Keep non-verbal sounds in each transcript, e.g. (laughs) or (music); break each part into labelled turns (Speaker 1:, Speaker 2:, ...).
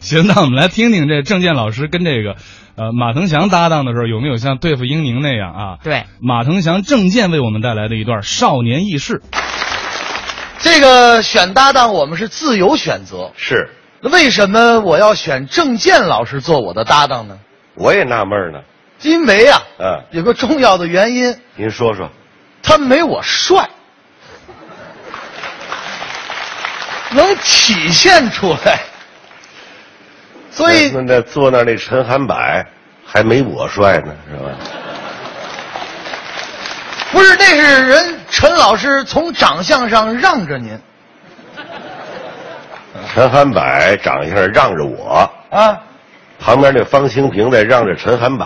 Speaker 1: 行，那我们来听听这郑健老师跟这个呃马腾祥搭档的时候，有没有像对付英宁那样啊？
Speaker 2: 对，
Speaker 1: 马腾祥、郑健为我们带来的一段少年轶事。
Speaker 3: 这个选搭档我们是自由选择，
Speaker 4: 是，
Speaker 3: 那为什么我要选郑健老师做我的搭档呢？
Speaker 4: 我也纳闷儿呢。
Speaker 3: 因为啊，
Speaker 4: 嗯
Speaker 3: 有个重要的原因，
Speaker 4: 您说说，
Speaker 3: 他没我帅，能体现出来。所以
Speaker 4: 那那坐那儿那陈涵柏还没我帅呢，是吧？
Speaker 3: 不是，那是人陈老师从长相上让着您
Speaker 4: 陈涵柏长相让着我，
Speaker 3: 啊，
Speaker 4: 旁边那方清平在让着陈涵柏，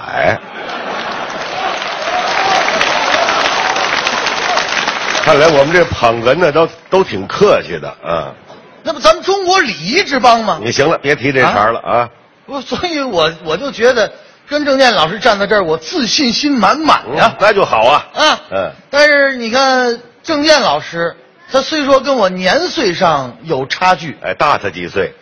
Speaker 4: 看来我们这捧哏呢都都挺客气的啊。
Speaker 3: 那不咱们中国礼仪之邦吗？
Speaker 4: 你行了，别提这茬了啊。
Speaker 3: 我所以我，我就觉得跟郑健老师站在这儿，我自信心满满
Speaker 4: 嗯
Speaker 3: 呀、
Speaker 4: 那就好啊。
Speaker 3: 啊。
Speaker 4: 嗯，
Speaker 3: 但是你看郑健老师，他虽说跟我年岁上有差距，
Speaker 4: 哎，大他几岁，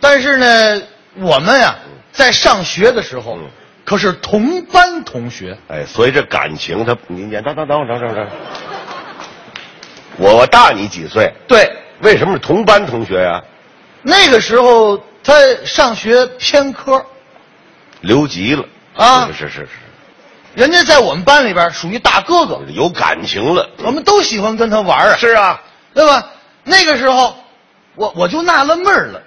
Speaker 3: 但是呢，我们呀、在上学的时候
Speaker 4: 嗯，
Speaker 3: 可是同班同学。
Speaker 4: 哎，所以这感情他，你你等等等会儿等会儿等会儿，我我大你几岁？
Speaker 3: 对，
Speaker 4: 为什么是同班同学呀、
Speaker 3: 那个时候他上学偏科，
Speaker 4: 留级了
Speaker 3: 啊
Speaker 4: 是是是是，
Speaker 3: 人家在我们班里边属于大哥哥，
Speaker 4: 有感情了。
Speaker 3: 我们都喜欢跟他玩啊。
Speaker 4: 是啊，
Speaker 3: 对吧？那个时候，我我就纳了闷儿了，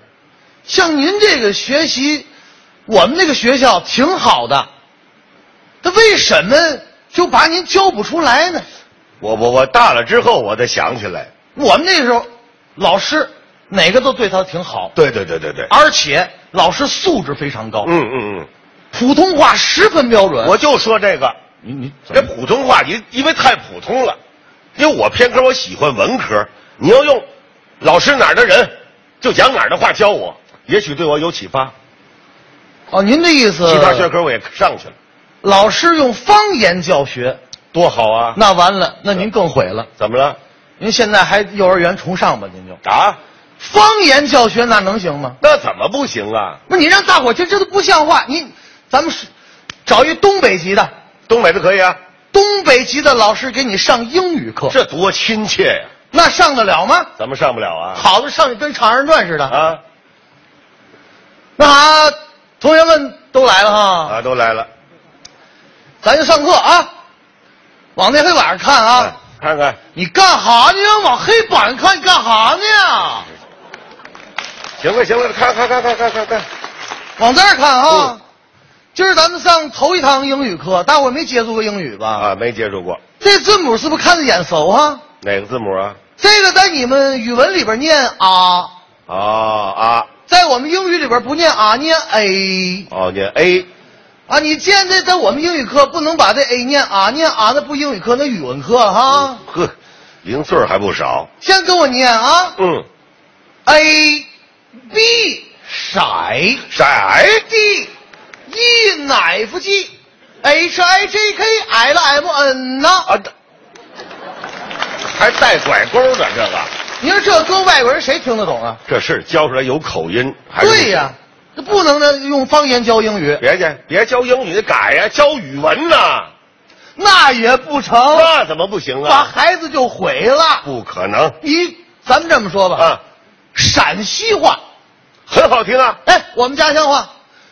Speaker 3: 像您这个学习，我们那个学校挺好的，他为什么就把您教不出来呢？
Speaker 4: 我我我大了之后我才想起来。
Speaker 3: 我们那时候，老师哪个都对他挺好，
Speaker 4: 对对对对对，
Speaker 3: 而且老师素质非常高，
Speaker 4: 嗯嗯
Speaker 3: 普通话十分标准。
Speaker 4: 嗯，我就说这个，
Speaker 1: 你你
Speaker 4: 这普通话你因为太普通了，因为我偏科我喜欢文科，你要用老师哪儿的人就讲哪儿的话教我，也许对我有启发。
Speaker 3: 哦，您的意思，
Speaker 4: 其
Speaker 1: 呃
Speaker 4: 他学科我也上去了，
Speaker 3: 老师用方言教学，
Speaker 4: 多好啊！
Speaker 3: 那完了，那您更毁了。
Speaker 4: 怎么了？
Speaker 3: 您现在还幼儿园重上吧？您就
Speaker 4: 啊？
Speaker 3: 方言教学那能行吗？
Speaker 4: 那怎么不行啊？
Speaker 3: 不是你让大伙儿这这都不像话。你，咱们是找一东北籍的，
Speaker 4: 东北的可以啊，
Speaker 3: 东北籍的老师给你上英语课，
Speaker 4: 这多亲切呀、
Speaker 3: 那上得了吗？
Speaker 4: 咱们上不了啊。
Speaker 3: 好的上去跟《长人传》似的。
Speaker 4: 啊
Speaker 3: 那啥，同学们都来了哈，
Speaker 4: 啊，都来了，
Speaker 3: 咱就上课啊，往那黑板上看啊。
Speaker 4: 哎看看
Speaker 3: 你干哈呢？往黑板上看，你干哈呢？
Speaker 4: 行了行了，看看看看看看看，
Speaker 3: 往这儿看啊。
Speaker 4: 嗯
Speaker 3: 今儿咱们上头一堂英语课，大伙儿没接触过英语吧？
Speaker 4: 啊，没接触过
Speaker 3: 这字母是不是看着眼熟啊？
Speaker 4: 哪个字母啊？
Speaker 3: 这个在你们语文里边念啊，
Speaker 4: 啊啊
Speaker 3: 在我们英语里边不念啊，念 a
Speaker 4: 哦，念 A
Speaker 3: 啊。你见这在我们英语课不能把这 a 念啊，念啊那不英语课那语文课了哈。
Speaker 4: 呵，零碎儿还不少。
Speaker 3: 先跟我念啊
Speaker 4: 嗯，
Speaker 3: ，a b 色
Speaker 4: 色
Speaker 3: d e 奶夫 g h i j k l m n 呐、
Speaker 4: 啊，这还带拐钩的这个，
Speaker 3: 你说这搁外国人谁听得懂啊？
Speaker 4: 这事教出来有口音。还是
Speaker 3: 对呀、这不能呢用方言教英语，
Speaker 4: 别去，别教英语改呀、教语文呐、
Speaker 3: 那也不成。
Speaker 4: 那怎么不行
Speaker 3: 把
Speaker 4: 啊？
Speaker 3: 孩子就毁了。
Speaker 4: 不可能
Speaker 3: 你，咱们这么说吧，
Speaker 4: 啊，
Speaker 3: 陕西话，
Speaker 4: 很好听啊，
Speaker 3: 哎，我们家乡话，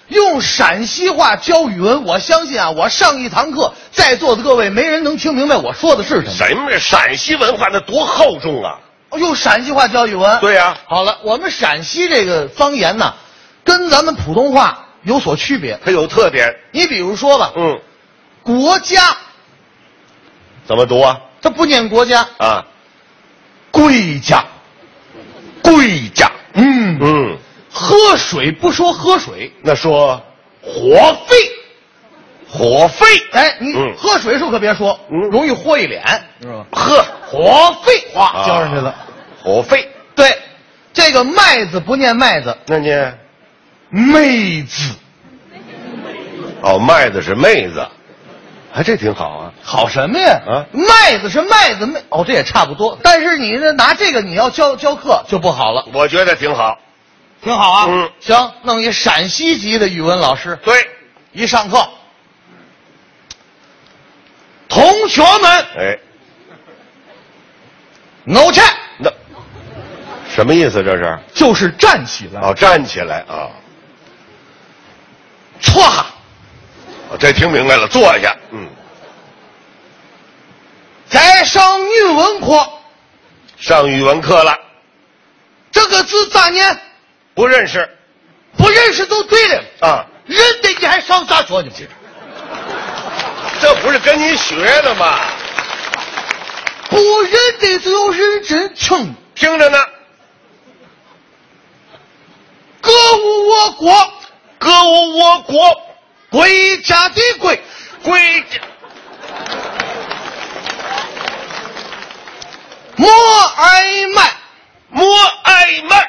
Speaker 3: 用陕西话教语文，我相信啊，我上一堂课，在座的各位没人能听明白我说的是什么。
Speaker 4: 什么陕西文化那多厚重啊！
Speaker 3: 用陕西话教语文，
Speaker 4: 对呀
Speaker 3: 好了，我们陕西这个方言呢，跟咱们普通话有所区别。
Speaker 4: 它有特点，
Speaker 3: 你比如说吧，
Speaker 4: 嗯，
Speaker 3: 国家，
Speaker 4: 怎么读啊？
Speaker 3: 它不念国家，
Speaker 4: 啊，
Speaker 3: 贵家，
Speaker 4: 贵家，
Speaker 3: 嗯，
Speaker 4: 嗯，
Speaker 3: 喝水不说喝水，
Speaker 4: 那说
Speaker 3: 活费。
Speaker 4: 火费，
Speaker 3: 哎，你
Speaker 4: 嗯
Speaker 3: 喝水时候可别说，
Speaker 4: 嗯
Speaker 3: 容易豁一脸，知道吗？
Speaker 4: 呵，
Speaker 3: 活废话
Speaker 4: 啊
Speaker 3: 交上去了。
Speaker 4: 火费，
Speaker 3: 对，这个麦子不念麦子，
Speaker 4: 那念
Speaker 3: 妹子
Speaker 4: 哦，麦子是妹子，哎，这挺好啊，
Speaker 3: 好什么呀？
Speaker 4: 啊
Speaker 3: 麦子是麦子，妹哦，这也差不多。但是你呢拿这个你要教教课就不好了。
Speaker 4: 我觉得挺好，
Speaker 3: 挺好啊。
Speaker 4: 嗯
Speaker 3: 行，弄一陕西籍的语文老师，
Speaker 4: 对，
Speaker 3: 一上课，同学们，
Speaker 4: 哎，
Speaker 3: 我去，
Speaker 4: 那什么意思这是？
Speaker 3: 就是站起来，
Speaker 4: 哦，站起来啊、
Speaker 3: 错哈，
Speaker 4: 哦这听明白了，坐下。嗯，
Speaker 3: 该上语文课，
Speaker 4: 上语文课了，
Speaker 3: 这个字咋念？
Speaker 4: 不认识
Speaker 3: 不认识都对了，
Speaker 4: 啊，
Speaker 3: 认得你还上大学呢？
Speaker 4: 这不是跟你学的吗？
Speaker 3: 不认得就要认真听，
Speaker 4: 听着呢，
Speaker 3: 歌舞我国，
Speaker 4: 歌舞我国，
Speaker 3: 归家的归，
Speaker 4: 归家
Speaker 3: 莫爱买
Speaker 4: 莫爱慢，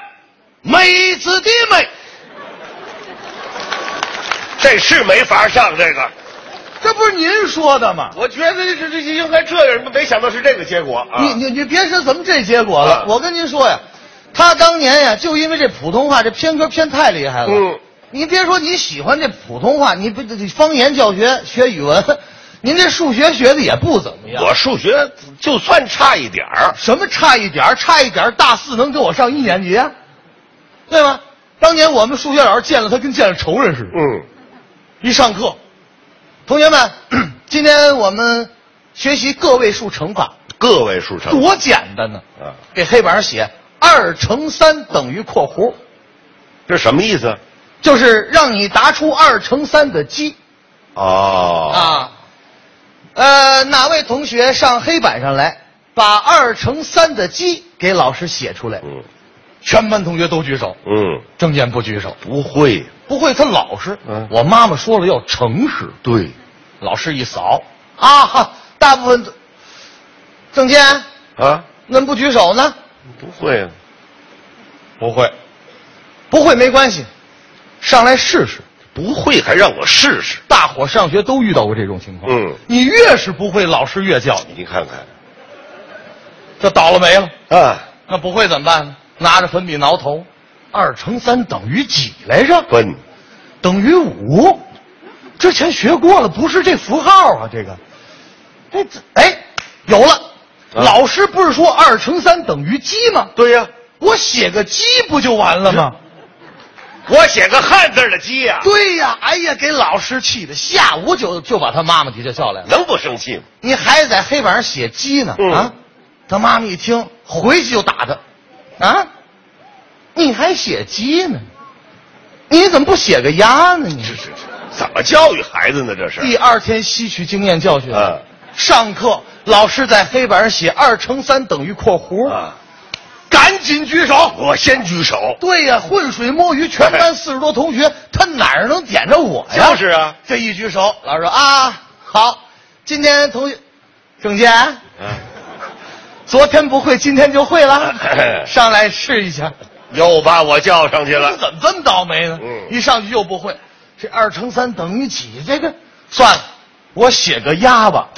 Speaker 3: 妹子的妹，
Speaker 4: 这是没法上这个。
Speaker 3: 这不是您说的吗？
Speaker 4: 我觉得这这这应该这样，没想到是这个结果啊！
Speaker 3: 你你你别说咱们这结果了，
Speaker 4: 啊
Speaker 3: 我跟您说呀，他当年呀，就因为这普通话这偏科偏太厉害了。
Speaker 4: 嗯，
Speaker 3: 您别说你喜欢这普通话，你不这这方言教学学语文，您这数学学的也不怎么样。
Speaker 4: 我数学就算差一点儿，
Speaker 3: 什么差一点儿差一点儿大四能给我上一年级啊？对吗？当年我们数学老师见了他跟见了仇人似的。
Speaker 4: 嗯，
Speaker 3: 一上课，同学们，今天我们学习个位数乘法，
Speaker 4: 个位数乘
Speaker 3: 多简单呢！
Speaker 4: 啊，
Speaker 3: 给黑板上写二乘三等于括弧，
Speaker 4: 这什么意思？
Speaker 3: 就是让你答出二乘三的积
Speaker 4: 哦，
Speaker 3: 啊。呃，哪位同学上黑板上来，把二乘三的积给老师写出来？
Speaker 4: 嗯
Speaker 3: 全班同学都举手，
Speaker 4: 嗯，
Speaker 3: 郑健不举手，
Speaker 4: 不会，
Speaker 3: 不会他老实。
Speaker 4: 嗯
Speaker 3: 我妈妈说了要诚实。
Speaker 4: 对，
Speaker 3: 老师一扫，啊哈，大部分都，郑健，
Speaker 4: 啊，
Speaker 3: 恁不举手呢？
Speaker 4: 不会啊，不会，
Speaker 3: 不会没关系，上来试试。
Speaker 4: 不会，还让我试试？
Speaker 3: 大伙上学都遇到过这种情况。
Speaker 4: 嗯
Speaker 3: 你越是不会，老师越叫你，
Speaker 4: 哦你看看
Speaker 3: 这倒了霉了。
Speaker 4: 啊，
Speaker 3: 那不会怎么办呢？拿着粉笔挠头，二乘三等于几来着？
Speaker 4: 笨，
Speaker 3: 等于五。之前学过了，不是这符号啊，这个，这这哎，有了。
Speaker 4: 啊
Speaker 3: 老师不是说二乘三等于几吗？
Speaker 4: 对嗯呀、
Speaker 3: 我写个鸡不就完了吗？
Speaker 4: 我写个汉字的鸡呀、
Speaker 3: 对呀，哎呀，给老师气的，下午就就把他妈妈底下叫来了。
Speaker 4: 能不生气吗？
Speaker 3: 你孩子在黑板上写鸡呢、
Speaker 4: 嗯
Speaker 3: 啊？他妈妈一听，回去就打他，啊？你还写鸡呢？你怎么不写个鸭呢？你
Speaker 4: 这这这怎么教育孩子呢？这是
Speaker 3: 第二天吸取经验教训，
Speaker 4: 啊
Speaker 3: 上课老师在黑板上写二乘三等于括弧，
Speaker 4: 啊，
Speaker 3: 赶紧举手。
Speaker 4: 我先举手，
Speaker 3: 对呀、浑水摸鱼，全班四十多同学，他哪儿能点着我呀？
Speaker 4: 就是啊
Speaker 3: 这一举手，老师说啊，好，今天同学，郑健，
Speaker 4: 啊，
Speaker 3: 昨天不会，今天就会了，
Speaker 4: (laughs)
Speaker 3: 上来试一下。
Speaker 4: 又把我叫上去
Speaker 3: 这
Speaker 4: 了，
Speaker 3: 怎么这么倒霉呢？
Speaker 4: 嗯
Speaker 3: 一上去又不会，这二乘三等于几？这个算了，我写个鸭吧。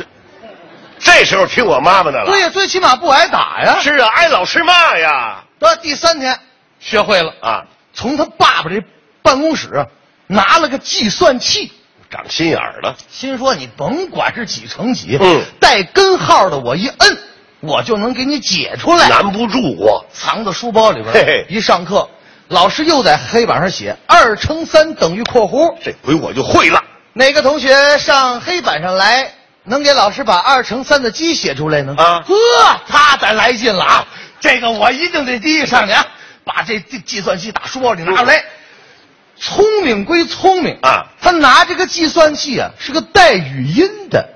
Speaker 4: 这时候听我妈妈的了。
Speaker 3: 对呀、最起码不挨打呀。
Speaker 4: 是啊，挨老师骂呀！
Speaker 3: 到第三天学会了，
Speaker 4: 啊，
Speaker 3: 从他爸爸这办公室啊拿了个计算器。
Speaker 4: 长心眼儿了。
Speaker 3: 心说你甭管是几乘几，
Speaker 4: 嗯
Speaker 3: 带根号的我一摁，我就能给你解出来。
Speaker 4: 难不住我。
Speaker 3: 藏到书包里边，
Speaker 4: 嘿嘿
Speaker 3: 一上课，老师又在黑板上写二乘三等于括弧。
Speaker 4: 这回我就会了。
Speaker 3: 哪个同学上黑板上来，能给老师把二乘三的积写出来呢？
Speaker 4: 啊
Speaker 3: 呵，他咱来劲了啊！这个我一定得第一上去啊！把这计计算器打书包里拿出来。聪明归聪明
Speaker 4: 啊
Speaker 3: 他拿这个计算器啊是个带语音的。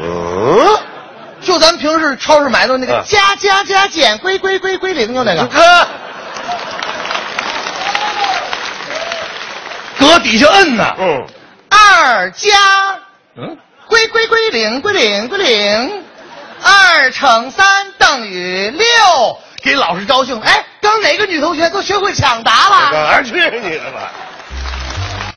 Speaker 4: 嗯，
Speaker 3: 就咱平时超市买的那个
Speaker 4: 啊
Speaker 3: 加加加减归归归归零的那个，
Speaker 4: 哥，
Speaker 3: 搁底下摁呢。
Speaker 4: 嗯，
Speaker 3: 二加
Speaker 1: 嗯，
Speaker 3: 归归归零归零归零，二乘三等于六。给老师高兴，哎，刚哪个女同学都学会抢答了？
Speaker 4: 哪儿去你的吧？